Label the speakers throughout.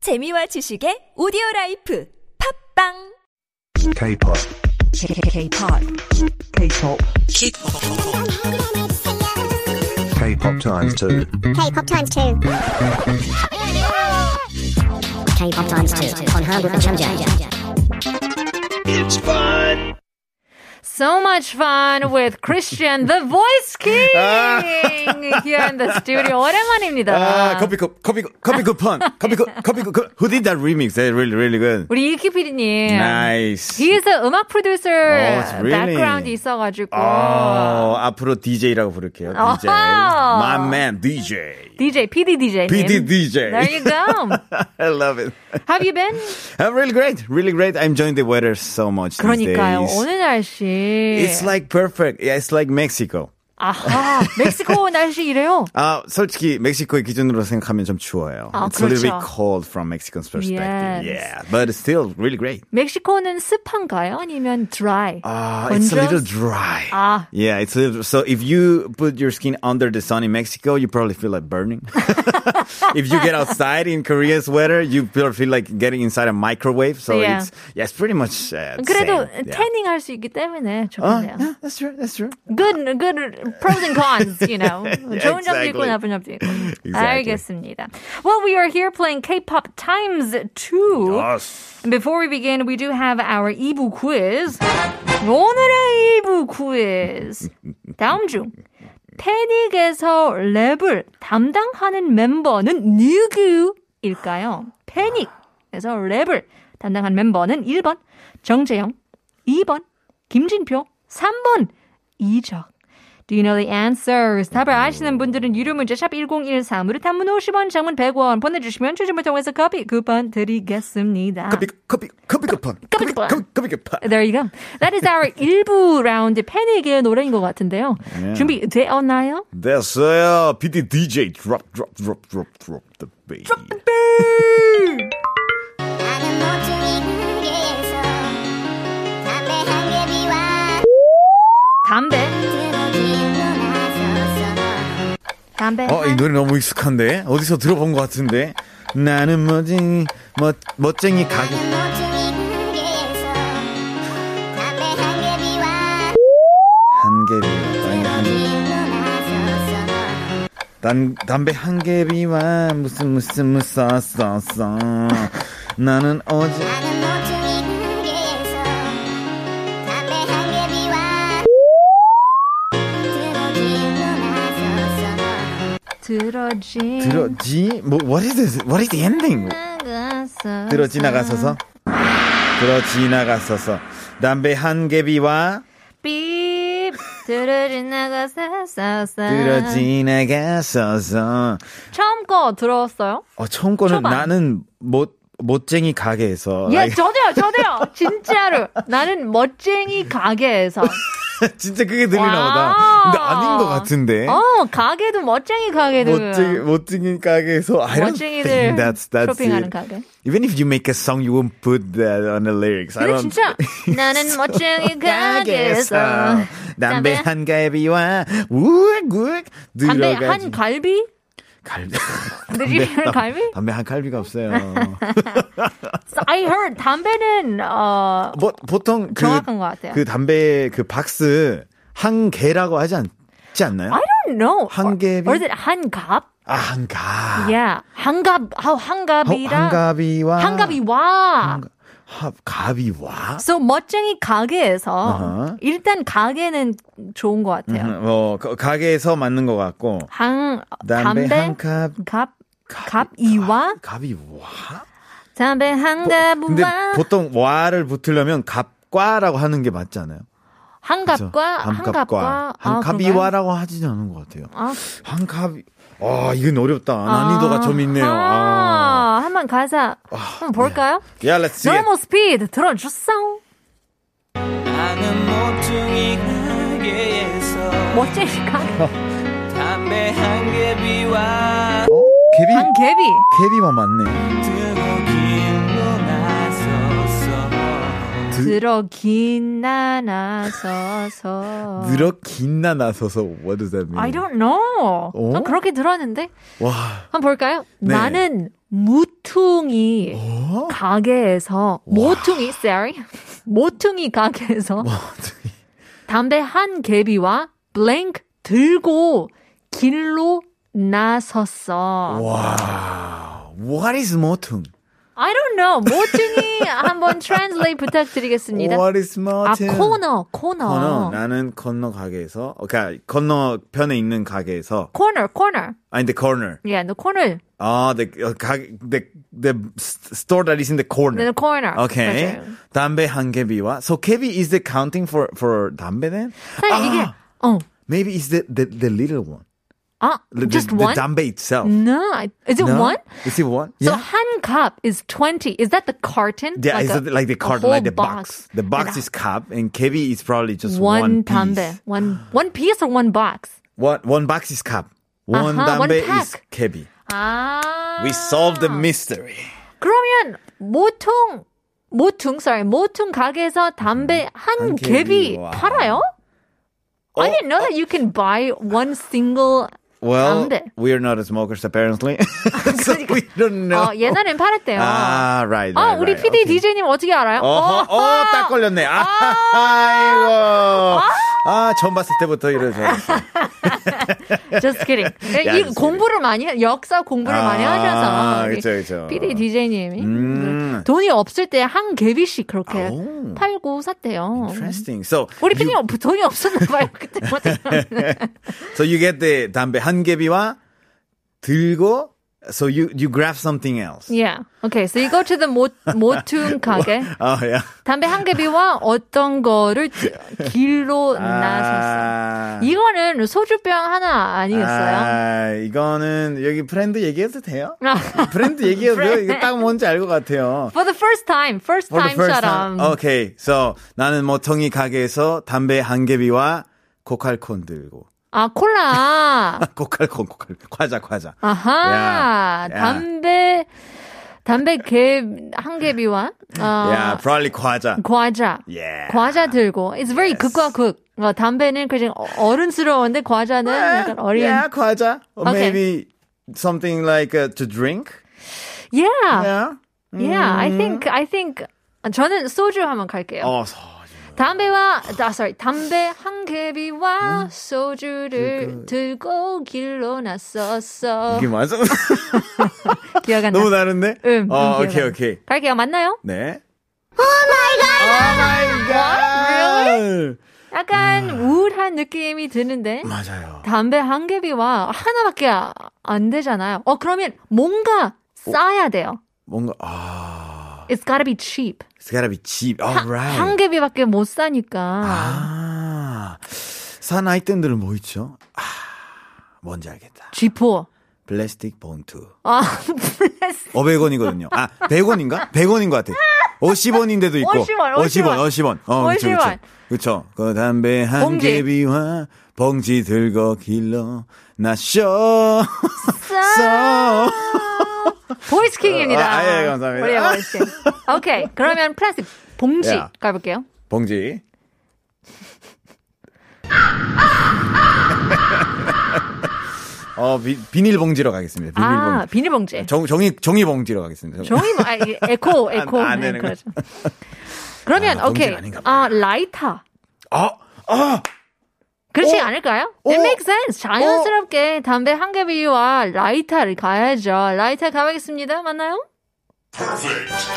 Speaker 1: 재미와 지식의 오디오 라이프 팝빵
Speaker 2: K-pop,
Speaker 3: K-pop, K-pop,
Speaker 2: K-pop times two.
Speaker 4: K-pop times two. K-pop times two on Hard Rock and Chanja.
Speaker 5: so much fun with Christian the
Speaker 6: 아.
Speaker 5: Voice King here in the studio. 오랜만입니다.
Speaker 6: 아, 커피컵, 커피컵, 커피컵 펀, 커피컵, 커피컵, who did that remix? That really, really good.
Speaker 5: 우리 이키 PD님.
Speaker 6: Nice. Oh,
Speaker 5: He is a 음악 프로듀서
Speaker 6: it's really-
Speaker 5: background이 있어가지고
Speaker 6: 어, 앞으로 DJ라고 부를게요.
Speaker 5: Oh.
Speaker 6: DJ.
Speaker 5: 아하.
Speaker 6: My man, DJ.
Speaker 5: DJ, PD DJ. 님.
Speaker 6: PD DJ.
Speaker 5: There you go.
Speaker 6: I love it.
Speaker 5: Have you been?
Speaker 6: I'm really great, really great. I'm enjoying the weather so much these
Speaker 5: 그러니까요.
Speaker 6: days.
Speaker 5: 오늘 날씨.
Speaker 6: It's like perfect. Yeah, it's like Mexico.
Speaker 5: 아하, 멕시코 날씨 이래요.
Speaker 6: 아, 솔직히 멕시코의 기준으로 생각하면 좀 추워요.
Speaker 5: 아,
Speaker 6: It's a little bit
Speaker 5: 그렇죠.
Speaker 6: cold from Mexican's
Speaker 5: Yes.
Speaker 6: perspective. Yeah, but it's still really great.
Speaker 5: 멕시코는 습한가요? 아니면 dry?
Speaker 6: Uh, it's a little
Speaker 5: 건조한
Speaker 6: dry.
Speaker 5: Ah.
Speaker 6: Yeah, it's a little, so if you put your skin under the sun in Mexico, you probably feel like burning. if you get outside in Korea's weather, you feel feel like getting inside a microwave. So
Speaker 5: Yeah.
Speaker 6: it's yeah, it's pretty much uh,
Speaker 5: 그래도
Speaker 6: same. Yeah.
Speaker 5: 태닝 할 수 있기 때문에
Speaker 6: Uh,
Speaker 5: 좋네요.
Speaker 6: yeah, that's true. That's true.
Speaker 5: good, good pros and cons, you know. 좋은 점도 있고
Speaker 6: exactly.
Speaker 5: 나쁜 점도 있고.
Speaker 6: Exactly.
Speaker 5: 알겠습니다. Well, we are here playing K-pop times two. And Before we begin, we do have our 2부 quiz. 오늘의 2부 quiz. 다음 중 패닉에서 랩을 담당하는 멤버는 누구일까요? 패닉에서 랩을 담당한 멤버는 1번 정재영, 2번 김진표, 3번 이적. Do you know the answers? 답을 아시는 분들은 유료 문제 샵 1013으로 단문 50원, 장문 100원 보내주시면 추첨을 통해서 커피 쿠폰 드리겠습니다.
Speaker 6: Copy, copy, copy, coupon. Copy,
Speaker 5: coupon.
Speaker 6: copy, copy, coupon.
Speaker 5: There you go. That is our 1부 라운드 패닉의 노래인 것 같은데요. 준비되었나요?
Speaker 6: 됐어요. PD DJ drop, drop, drop, drop, drop the beat.
Speaker 5: 담배. 담배.
Speaker 6: 어, 이 노래 너무 익숙한데? 어디서 들어본 것 같은데? 나는 멋쟁이, 멋, 멋쟁이 가게. 한개비와, 아니, 한, 난, 담배 한개비와, 무슨, 무슨, 무슨, 써, 써. 나는 어제.
Speaker 5: 들어진.
Speaker 6: 들어지? 뭐, what is this? What is the ending?
Speaker 5: 나가서.
Speaker 6: 들어 지나가서서? 들어 지나가서서. 담배 한개비와,
Speaker 5: 삐. 들어진 나가서. 싸싸.
Speaker 6: 들어 지나가서서.
Speaker 5: 처음 거 들어왔어요?
Speaker 6: 어, 처음 거는
Speaker 5: 초반.
Speaker 6: 나는 못, 아, 멋쟁이 가게에서.
Speaker 5: 예,
Speaker 6: Like,
Speaker 5: 저도요, 저도요. 진짜로. 나는 멋쟁이 가게에서.
Speaker 6: 진짜 그게 들리나
Speaker 5: 와우.
Speaker 6: 보다. 근데 아닌 것 같은데.
Speaker 5: 어, 가게도 멋쟁이 가게도.
Speaker 6: 네? 멋쟁이, 멋쟁이 가게에서 I don't
Speaker 5: 멋쟁이들
Speaker 6: think that's, that's
Speaker 5: 쇼핑하는
Speaker 6: it.
Speaker 5: 가게.
Speaker 6: Even if you make a song, you won't put that on the lyrics. I
Speaker 5: 근데
Speaker 6: don't.
Speaker 5: 진짜 나는 멋쟁이 가게에서 담배
Speaker 6: 담배 한 갈비와 우윽우윽
Speaker 5: 담배
Speaker 6: 들어가지.
Speaker 5: 한 갈비?
Speaker 6: 갈...
Speaker 5: 느낌이 한 갈비?
Speaker 6: 담배 한 갈비가 없어요.
Speaker 5: So I heard 담배는 어
Speaker 6: 뭐, 보통 그,
Speaker 5: 정확한 것 같아요.
Speaker 6: 그 담배 그 박스 한 개라고 하지 않지 않나요?
Speaker 5: I don't know.
Speaker 6: 한 개비?
Speaker 5: Or is it 한갑?
Speaker 6: 아, 한가. 어,
Speaker 5: Yeah. 한갑. 아, 한갑이랑
Speaker 6: 한가비와
Speaker 5: 한갑이 와.
Speaker 6: 하- 가비와
Speaker 5: So 멋쟁이 가게에서
Speaker 6: 아하.
Speaker 5: 일단 가게는 좋은 것 같아요.
Speaker 6: 음, 어 가- 가게에서 맞는 것 같고
Speaker 5: 한
Speaker 6: 담배
Speaker 5: 담배,
Speaker 6: 한갑
Speaker 5: 갑 갑이와
Speaker 6: 갑이와
Speaker 5: 담배
Speaker 6: 근데
Speaker 5: 한갑과
Speaker 6: 보통 와를 붙으려면 갑과라고 하는 게 맞잖아요. 그래서
Speaker 5: 한갑과 한갑과 아, 그런가요?
Speaker 6: 한갑이와라고 하지는 않은 것 같아요.
Speaker 5: 아.
Speaker 6: 한갑이 아 이건 어렵다 난이도가 좀 있네요. 아. 예.
Speaker 5: 아, 한번 가사 한번 볼까요?
Speaker 6: Yeah, let's see. it.
Speaker 5: Normal speed 들어주소.
Speaker 7: 나는 모퉁이 가게에서
Speaker 5: 멋쟁이 가-
Speaker 7: 담배 한 개비와
Speaker 6: 어? 개비
Speaker 5: 한개비
Speaker 6: 개비만 맞네.
Speaker 7: 들고 길로 나섰어
Speaker 5: 들어긴 나나서서.
Speaker 6: 늘어 긴나 나서서 what does that mean?
Speaker 5: I don't know.
Speaker 6: 음. 어?
Speaker 5: 전 그렇게 들었는데
Speaker 6: 와
Speaker 5: 한번 볼까요?
Speaker 6: 네.
Speaker 5: 나는 무퉁이
Speaker 6: 어? 뭐?
Speaker 5: 가게에서 모퉁이 sorry 모퉁이 가게에서 담배 한 개비와 블랭크 들고 길로 나섰어.
Speaker 6: What is 모퉁?
Speaker 5: I don't know. 모퉁이 한번 translate 부탁드리겠습니다.
Speaker 6: What is
Speaker 5: 아
Speaker 6: 모퉁?
Speaker 5: 코너 코너
Speaker 6: 코너. 나는 건너 가게에서, 그러니까 건너편에 있는 가게에서,
Speaker 5: corner corner
Speaker 6: 아, in the corner.
Speaker 5: yeah the corner
Speaker 6: 아, Ah, the, 어, 가게, the, the store that is in the corner.
Speaker 5: the 네, corner
Speaker 6: 네. Okay.
Speaker 5: 맞아요.
Speaker 6: 담배 한 개비와, so 개비 is the counting for, for 담배 then?
Speaker 5: 사실 이게
Speaker 6: 아.
Speaker 5: 어
Speaker 6: Maybe it's the, the, the little one.
Speaker 5: 아,
Speaker 6: The,
Speaker 5: just
Speaker 6: the,
Speaker 5: one?
Speaker 6: The dambe itself.
Speaker 5: no, I- is it
Speaker 6: No?
Speaker 5: one?
Speaker 6: Is it one?
Speaker 5: So
Speaker 6: Yeah.
Speaker 5: 한 cup is twenty. Is that the carton?
Speaker 6: yeah,
Speaker 5: Like
Speaker 6: is
Speaker 5: a-
Speaker 6: it like the
Speaker 5: a
Speaker 6: carton,
Speaker 5: whole
Speaker 6: like the box? The box
Speaker 5: And
Speaker 6: is cup, and kebi is probably just
Speaker 5: one,
Speaker 6: one, piece.
Speaker 5: 담배, one one piece or one box.
Speaker 6: One, one box is cup. One
Speaker 5: Aha, Uh-huh, one
Speaker 6: dambe is
Speaker 5: pack.
Speaker 6: kebi.
Speaker 5: 아,
Speaker 6: We solved the mystery.
Speaker 5: Ah. 그러면 모퉁 모퉁 sorry 모퉁 가게에서 담배 한
Speaker 6: 한 개비,
Speaker 5: 개비
Speaker 6: 와.
Speaker 5: 팔아요? I didn't know that you can buy one single.
Speaker 6: Well,
Speaker 5: 담배.
Speaker 6: we are not smokers apparently, so we don't know.
Speaker 5: 어, 옛날엔 팔았대요.
Speaker 6: Ah, right. right
Speaker 5: 아, 우리
Speaker 6: right,
Speaker 5: PD
Speaker 6: okay.
Speaker 5: DJ님 어떻게 알아요?
Speaker 6: 어허, 어, 딱 걸렸네. 아, 아이고. 아, 처음 봤을 때부터 이래서.
Speaker 5: Just kidding.
Speaker 6: 야,
Speaker 5: 이
Speaker 6: just kidding.
Speaker 5: 공부를 많이 해- 역사 공부를
Speaker 6: 아,
Speaker 5: 많이 하셔서 우리
Speaker 6: 그쵸, 그쵸.
Speaker 5: PD DJ님이
Speaker 6: 음.
Speaker 5: 돈이 없을 때 한 개비씩 그렇게
Speaker 6: 아오.
Speaker 5: 팔고 샀대요.
Speaker 6: Interesting. So,
Speaker 5: 어. 우리
Speaker 6: you-
Speaker 5: PD님 돈이 없었나 봐요 그때부터.
Speaker 6: So you get the 담배 한 개비와 들고 so you you grab something else.
Speaker 5: yeah. Okay. So you go to the 모 모퉁 가게.
Speaker 6: Oh yeah.
Speaker 5: 담배 한 개비와 어떤 거를 길로 음, 나섰어요. 이거는 소주병 하나 아니겠어요?
Speaker 6: 아. 아, 이거는 여기 브랜드 얘기해도 돼요?
Speaker 5: 아.
Speaker 6: 브랜드 얘기해도 돼요? 이거 딱 뭔지 알 것 같아요.
Speaker 5: For the first time, first time처럼.
Speaker 6: Okay. So 나는 모퉁이 가게에서 담배 한 개비와 코칼콘 들고
Speaker 5: 아 콜라.
Speaker 6: 코칼콘 코칼 과자 과자.
Speaker 5: 아하
Speaker 6: 야, 야.
Speaker 5: 담배 담배 개 한 개비와 어,
Speaker 6: yeah, probably 과자.
Speaker 5: 과자
Speaker 6: Yeah.
Speaker 5: 과자 들고 it's very 극과 극 어, 담배는 그냥 어- 어른스러운데 과자는 약간 어린
Speaker 6: 네. Yeah, 과자. Or
Speaker 5: Okay.
Speaker 6: maybe something like uh, to drink.
Speaker 5: yeah yeah,
Speaker 6: Yeah.
Speaker 5: I think I think 저는 소주 한번 갈게요
Speaker 6: 어, 서-
Speaker 5: 담배와 아 sorry 담배 한
Speaker 6: 음?
Speaker 5: 개비와 소주를 들고 길로 나섰어
Speaker 6: 그 이게 맞아?
Speaker 5: 기억 안 나.
Speaker 6: 너무 다른데?
Speaker 5: 응,
Speaker 6: 어,
Speaker 5: 응, 기억나.
Speaker 6: 오케이, 오케이.
Speaker 5: 갈게요 맞나요?
Speaker 6: 네. Oh 오 마이 갓! 오 마이 갓!
Speaker 5: 약간
Speaker 6: 아.
Speaker 5: 우울한 느낌이 드는데
Speaker 6: 맞아요.
Speaker 5: 담배 한 개비와 하나밖에 아- 안 되잖아요. 어 그러면 뭔가 싸야 돼요.
Speaker 6: 뭔가 아,
Speaker 5: It's gotta be cheap.
Speaker 6: it's gotta be cheap. Alright.
Speaker 5: 한 개비밖에 못 사니까.
Speaker 6: 아, 산 아이템들은 뭐 있죠? 아, 뭔지 알겠다.
Speaker 5: G4.
Speaker 6: 플라스틱 봉투.
Speaker 5: 아,
Speaker 6: 500원이거든요. 아, 100원인가? 100원인 것 같아. 50원인데도 있고.
Speaker 5: 50원,
Speaker 6: 50원, 50원. 어, 그쵸,
Speaker 5: 50원.
Speaker 6: 그쵸. 그쵸. 그 담배 한
Speaker 5: 봉지.
Speaker 6: 개비와 봉지 들고 길러 나쇼.
Speaker 5: 싸. 보이스킹입니다.
Speaker 6: 아, 예, 감사합니다.
Speaker 5: 우리의 보이스킹. 오케이. 그러면 플라스틱 봉지
Speaker 6: 야.
Speaker 5: 가볼게요.
Speaker 6: 봉지. 어, 비, 비닐 봉지로 가겠습니다. 비닐
Speaker 5: 아,
Speaker 6: 봉지.
Speaker 5: 비닐봉지.
Speaker 6: 정, 종이, 종이 봉지로 가겠습니다.
Speaker 5: 종이 뭐, 아, 이게 에코, 에코.
Speaker 6: 안
Speaker 5: 네,
Speaker 6: 되는 거.
Speaker 5: 그러죠. 그러면,
Speaker 6: 아, 봉지가
Speaker 5: 오케이.
Speaker 6: 아닌가
Speaker 5: 아, 라이터.
Speaker 6: 아, 아!
Speaker 5: 그렇지
Speaker 6: 어?
Speaker 5: 않을까요? It
Speaker 6: 어?
Speaker 5: makes sense. 자연스럽게 담배 한 개비와 라이터를 가야죠. 라이터 가보겠습니다. 맞나요?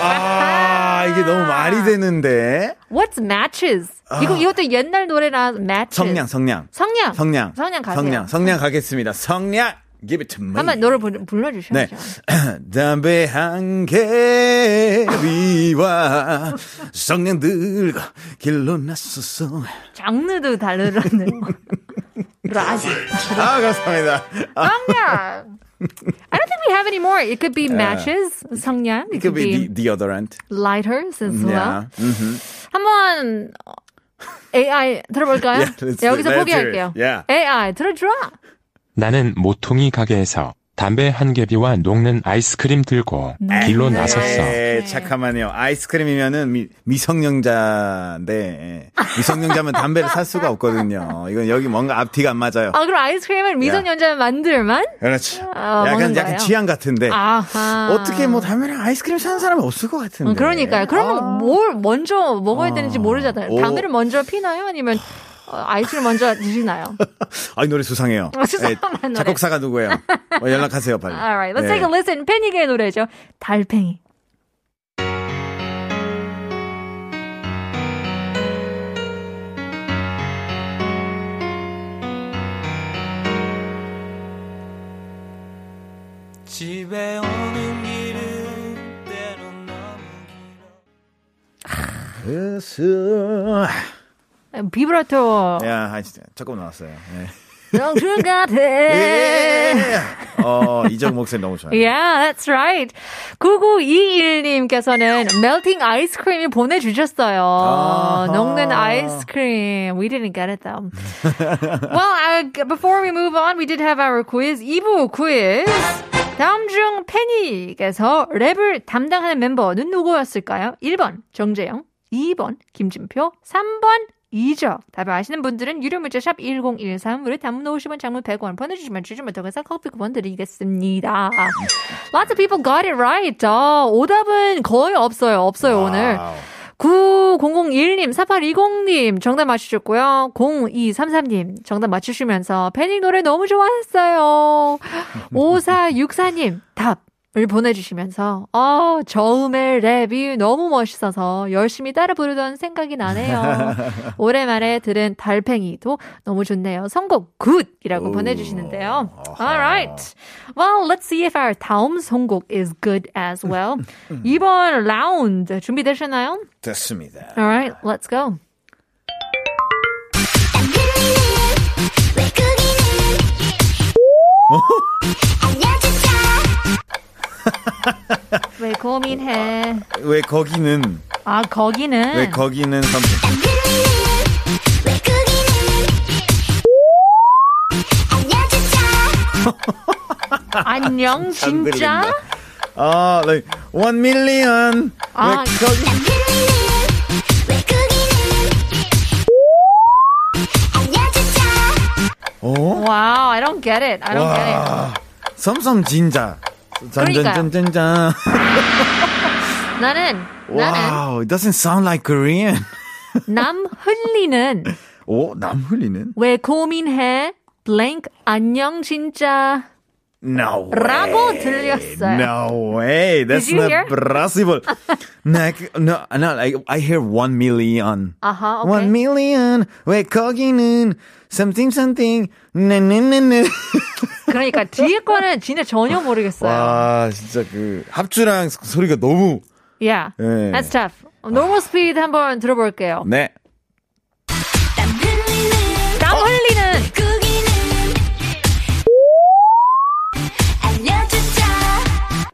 Speaker 6: 아, 이게 너무 말이 되는데.
Speaker 5: What's matches? 이거 이것도 옛날 노래라 matches.
Speaker 6: 아. 성냥, 성냥.
Speaker 5: 성냥.
Speaker 6: 성냥.
Speaker 5: 성냥 가세요.
Speaker 6: 성냥. 성냥 가겠습니다. 성냥. Give it to me.
Speaker 5: 한번 노래 불- 불러주셔야죠.
Speaker 6: 네. 담배 한 개비와 성냥 들고 길로 나섰어.
Speaker 5: 장르도 다르라는. 라지.
Speaker 6: 아, 감사합니다. 아,
Speaker 5: 성냥. I don't think we have any more. It could be matches, 성냥. It,
Speaker 6: 네. it could be de- deodorant.
Speaker 5: lighters as well.
Speaker 6: Yeah. Mhm.
Speaker 5: 한번 어, AI 들어볼까요?
Speaker 6: Yeah, let's do-
Speaker 5: 여기서
Speaker 6: let's hear it.
Speaker 5: 포기할게요.
Speaker 6: Yeah.
Speaker 5: AI 들어줘.
Speaker 8: 나는 모퉁이 가게에서 담배 한 개비와 녹는 아이스크림 들고 길로 나섰어.
Speaker 6: 예, 잠깐만요. 아이스크림이면은 미, 미성년자인데 예. 미성년자면 담배를 살 수가 없거든요. 이건 여기 뭔가 앞뒤가 안 맞아요.
Speaker 5: 아, 그럼 아이스크림은 미성년자면 만들만?
Speaker 6: 그렇지.
Speaker 5: 아,
Speaker 6: 약간
Speaker 5: 먹는
Speaker 6: 약간
Speaker 5: 거예요?
Speaker 6: 취향 같은데.
Speaker 5: 아하.
Speaker 6: 어떻게 뭐 담배랑 아이스크림 사는 사람이 없을 것 같은데.
Speaker 5: 음, 그러니까요. 그러면 뭐- 뭘 먼저 먹어야 되는지 모르잖아요.
Speaker 6: 아. 오.
Speaker 5: 담배를 먼저 피나요? 아니면 어, 아이스크림 먼저 드시나요?
Speaker 6: 아이 노래 수상해요. 네,
Speaker 5: 어, 수상한 노래.
Speaker 6: 작곡사가 누구예요? 어, 연락하세요 빨리.
Speaker 5: Alright, let's
Speaker 6: 네.
Speaker 5: take a listen. 패닉의 노래죠. 달팽이.
Speaker 7: 집에 오는 길은 때론 너무 길어
Speaker 6: 그 수-
Speaker 5: 아, 비브라토.
Speaker 6: 야, 아, 진짜 조금 나왔어요. 네.
Speaker 5: 명중
Speaker 6: 예.
Speaker 5: 같아.
Speaker 6: 어, 이적 목소리 너무 좋아요.
Speaker 5: Yeah, that's right. 9921님께서는 melting 아이스크림이 보내주셨어요.
Speaker 6: 아하.
Speaker 5: 녹는 아이스크림. We didn't get it though. well, uh, before we move on, we did have our quiz. 2부 quiz. 다음 중 페닉에서 랩을 담당하는 멤버는 누구였을까요? 1번 정재영, 2번 김진표, 3번 이적. 답을 아시는 분들은 유료 문자 샵 1013으로 단문 50원, 장문 100원 보내주시면 주시면 통해서 커피 쿠폰 드리겠습니다. Lots of people got it right. 어, 오답은 거의 없어요. 없어요 오늘.
Speaker 6: 와우.
Speaker 5: 9001님, 4820님 정답 맞추셨고요. 0233님 정답 맞추시면서 패닉 노래 너무 좋아했어요. 5464님 답을 보내주시면서 어, 저음의 랩이 너무 멋있어서 열심히 따라 부르던 생각이 나네요. 오랜만에 들은 달팽이도 너무 좋네요. 선곡 굿이라고
Speaker 6: 오.
Speaker 5: 보내주시는데요.
Speaker 6: 아하.
Speaker 5: Alright. Well, let's see if our 다음 선곡 is good as well. 이번 라운드 준비되셨나요?
Speaker 6: 됐습니다.
Speaker 5: All right, let's go. 왜 고민해?
Speaker 6: 왜 거기는
Speaker 5: 아 거기는
Speaker 6: 왜 거기는 선택?
Speaker 5: 안녕 진짜
Speaker 6: 아, like one million. 왜
Speaker 5: 아.
Speaker 6: 거기? 어?
Speaker 5: wow I don't get it I don't get it
Speaker 6: 와, 섬섬 진자.
Speaker 5: 그러니까요.
Speaker 6: 잔잔잔잔잔.
Speaker 5: 나는 나는
Speaker 6: Wow, it doesn't sound like Korean.
Speaker 5: 남 흘리는
Speaker 6: 오, 남 흘리는?
Speaker 5: 왜 고민해 blank 안녕 진짜
Speaker 6: No way.
Speaker 5: 라고 들렸어요.
Speaker 6: No way. That's
Speaker 5: you
Speaker 6: not
Speaker 5: hear?
Speaker 6: possible. like, no, no, like, I hear one million.
Speaker 5: 아하
Speaker 6: One
Speaker 5: 오케이
Speaker 6: million. 왜 거기는 something something. 네네네네.
Speaker 5: 그러니까 뒤에 거는 진짜 전혀 모르겠어요.
Speaker 6: 와, 진짜 그 합주랑 소리가 너무.
Speaker 5: Yeah,
Speaker 6: 예.
Speaker 5: that's tough. Normal speed 한번 들어볼게요.
Speaker 6: 네.
Speaker 5: 땀
Speaker 6: 어,
Speaker 5: 흘리는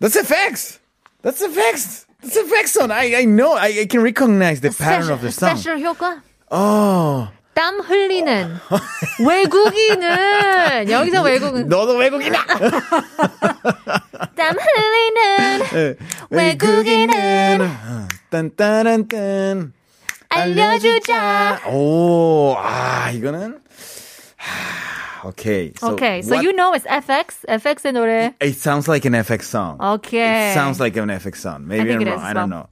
Speaker 6: That's a fact. That's a fact. That's a fact song. I, I know. I, I can recognize the pattern of the song.
Speaker 5: 스페셜 효과?
Speaker 6: Oh.
Speaker 5: 땀 흘리는 외국인은 여기서 외국은
Speaker 6: 어. 너도 외국인아.
Speaker 5: 땀 흘리는
Speaker 6: 예.
Speaker 5: 외국인은
Speaker 6: 딴따란딴
Speaker 5: 알려주자.
Speaker 6: 오, 아 이거는 하, 오케이.
Speaker 5: Okay, so
Speaker 6: what-
Speaker 5: you know it's FX, FX의 노래.
Speaker 6: It sounds like an FX song.
Speaker 5: Okay.
Speaker 6: It sounds like an FX song. Maybe
Speaker 5: Oh, I think
Speaker 6: I'm
Speaker 5: it
Speaker 6: wrong.
Speaker 5: is
Speaker 6: I
Speaker 5: as
Speaker 6: don't
Speaker 5: well.
Speaker 6: know.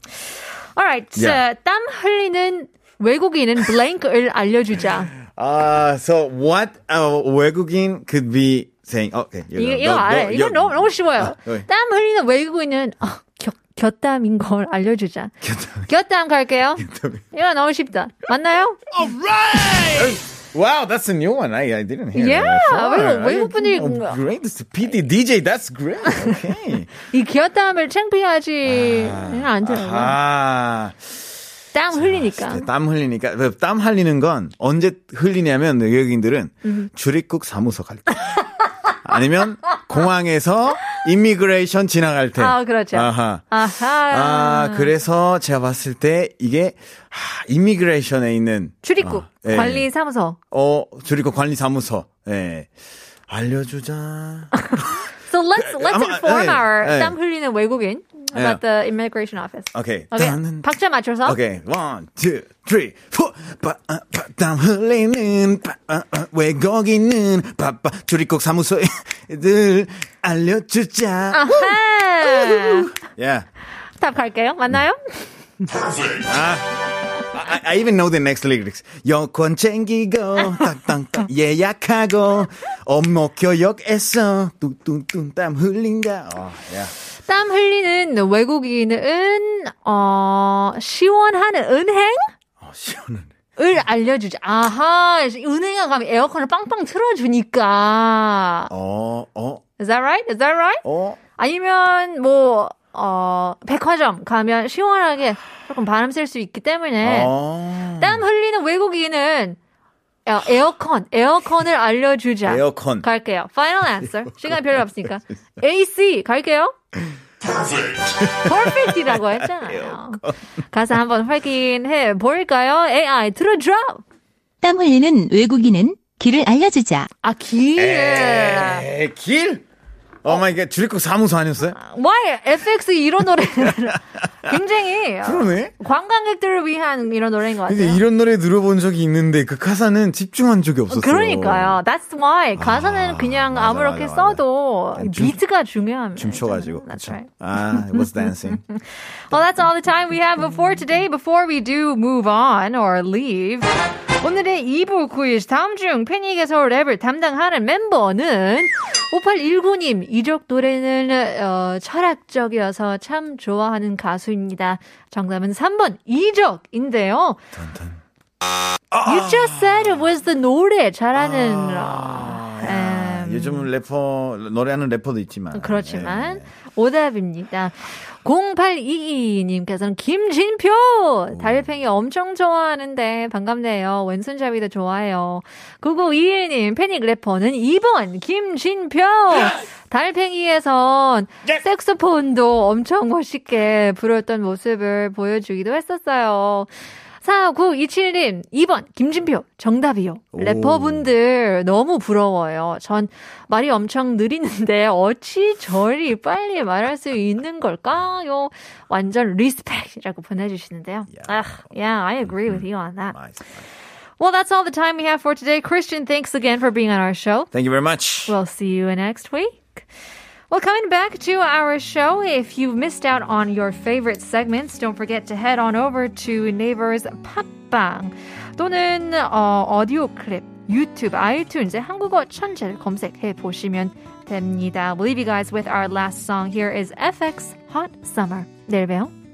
Speaker 5: Alright,
Speaker 6: Yeah.
Speaker 5: 자, 땀 흘리는 외국인은 blank을 알려주자.
Speaker 6: Uh, so what a 외국인 could be saying? Okay, you
Speaker 5: 이거,
Speaker 6: know,
Speaker 5: 이거
Speaker 6: 너- 너-
Speaker 5: 알아. 이거
Speaker 6: 여-
Speaker 5: 너무, 너무 쉬워요.
Speaker 6: 아, 네.
Speaker 5: 땀 흘리는 외국인은 어, 겨, 곁땀인 걸 알려주자. 곁땀 갈게요. 이거 너무 쉽다. 맞나요?
Speaker 6: Wow, that's a new one. I, I didn't hear.
Speaker 5: Yeah,
Speaker 6: that before.
Speaker 5: 외국- 외국 분이-
Speaker 6: Oh, great, it's PD DJ. That's great. Okay.
Speaker 5: 이 곁땀을 창피하지 안 들어요.
Speaker 6: 아.
Speaker 5: 땀 흘리니까.
Speaker 6: 네, 땀 흘리니까 그땀 흘리는 건 언제 흘리냐면 외국인들은 출입국 사무소 갈 때. 아니면 공항에서 이미그레이션 지나갈 때.
Speaker 5: 아, 그렇죠.
Speaker 6: 아하.
Speaker 5: 아하.
Speaker 6: 아, 그래서 제가 봤을 때 이게 하, 이미그레이션에 있는
Speaker 5: 출입국
Speaker 6: 아, 예.
Speaker 5: 관리 사무소.
Speaker 6: 어, 줄이고 관리사무소. 예. 알려주자.
Speaker 5: So So let's let's
Speaker 6: 아마,
Speaker 5: inform
Speaker 6: 예,
Speaker 5: our
Speaker 6: 예.
Speaker 5: 땀 흘리는 외국인 about
Speaker 6: 예.
Speaker 5: the immigration office.
Speaker 6: 오케이.
Speaker 5: 오케이.
Speaker 6: 땀은-
Speaker 5: 박자 맞춰서.
Speaker 6: 오케이. 원, 투, 쓰리, 포. 바, 아, 바, 땀 흘리는 바, 아, 아, 외국인은 바빠 출입국 사무소에 들
Speaker 5: 아.
Speaker 6: 알려주자.
Speaker 5: 아하. 네.
Speaker 6: Yeah.
Speaker 5: 답 갈게요. 맞나요?
Speaker 6: I, I even know the next lyrics. 여권 챙기고 딱딱딱 예약하고 업무 교역에서 뚱뚱뚱 땀 흘린다. 어, yeah.
Speaker 5: 땀 흘리는 외국인은 어 시원하는 은행?
Speaker 6: 어, 시원하네.
Speaker 5: 을 알려주지. 아하, 은행에 가면 에어컨을 빵빵 틀어주니까.
Speaker 6: 어, 어,
Speaker 5: Is that right? Is that right?
Speaker 6: 어.
Speaker 5: 아니면 뭐, 어, 백화점 가면 시원하게 조금 바람 쐴 수 있기 때문에
Speaker 6: 어.
Speaker 5: 땀 흘리는 외국인은 에- 에어컨, 에어컨을 알려주자.
Speaker 6: 에어컨.
Speaker 5: 갈게요. Final answer. 시간 별로 없으니까. AC 갈게요. Perfect이라고 했잖아요. 가사 한번 확인해 볼까요? AI 들어줘.
Speaker 9: 땀 흘리는 외국인은 길을 알려주자.
Speaker 5: 아 길.
Speaker 6: 에, 길? 어 마이 갓. 출입국 사무소 아니었어요?
Speaker 5: Why FX 이런 노래 굉장히 어,
Speaker 6: 그러네.
Speaker 5: 관광객들을 위한 이런 노래인 것
Speaker 6: 근데
Speaker 5: 같아요.
Speaker 6: 이런 노래 들어본 적이 있는데 그 가사는 집중한 적이 없었어요. 아,
Speaker 5: 그러니까요. That's why 가사는 그냥
Speaker 6: 맞아,
Speaker 5: 아무렇게
Speaker 6: 맞아, 맞아.
Speaker 5: 써도
Speaker 6: 춤-
Speaker 5: 비트가 중요합니다.
Speaker 6: 춤춰가지고.
Speaker 5: That's
Speaker 6: 그쵸.
Speaker 5: right.
Speaker 6: 아, it was dancing.
Speaker 5: Well, that's all the time we have for today. Before we do move on or leave, 오늘의 2부 quiz 다음 중 패닉의 서울 랩을 담당하는 멤버는 5819님 이적 노래는 어, 철학적이어서 참 좋아하는 가수입니다. 정답은 3번 이적인데요. You just said it was the 노래 잘하는 어,
Speaker 6: 아,
Speaker 5: 음,
Speaker 6: 요즘 래퍼 노래하는 래퍼도 있지만
Speaker 5: 그렇지만
Speaker 6: 예.
Speaker 5: 오답입니다. 0822님께서는 김진표 달팽이 엄청 좋아하는데 반갑네요. 왼손잡이도 좋아요. 9921님 패닉 래퍼는 2번 김진표 달팽이에선 색소폰도 엄청 멋있게 부렸던 모습을 보여주기도 했었어요. 4927님, 2번, 김진표, 정답이요. 래퍼분들 너무 부러워요. 전 말이 엄청 느리는데 어찌 저리 빨리 말할 수 있는 걸까요? 완전 리스펙이라고 보내주시는데요. 아, yeah, I agree with you on that.
Speaker 6: Nice.
Speaker 5: Well, that's all the time we have for today. Christian, thanks again for being on our show.
Speaker 6: Thank you very much.
Speaker 5: We'll see you next week. Well, coming back to our show, if you missed out on your favorite segments, don't forget to head on over to Neighbor's 팟빵 또는 어, 오디오 클립, 유튜브, 아이튠즈 한국어 천재를 검색해 보시면 됩니다. We'll leave you guys with our last song. Here is FX Hot Summer. 내일 봬요.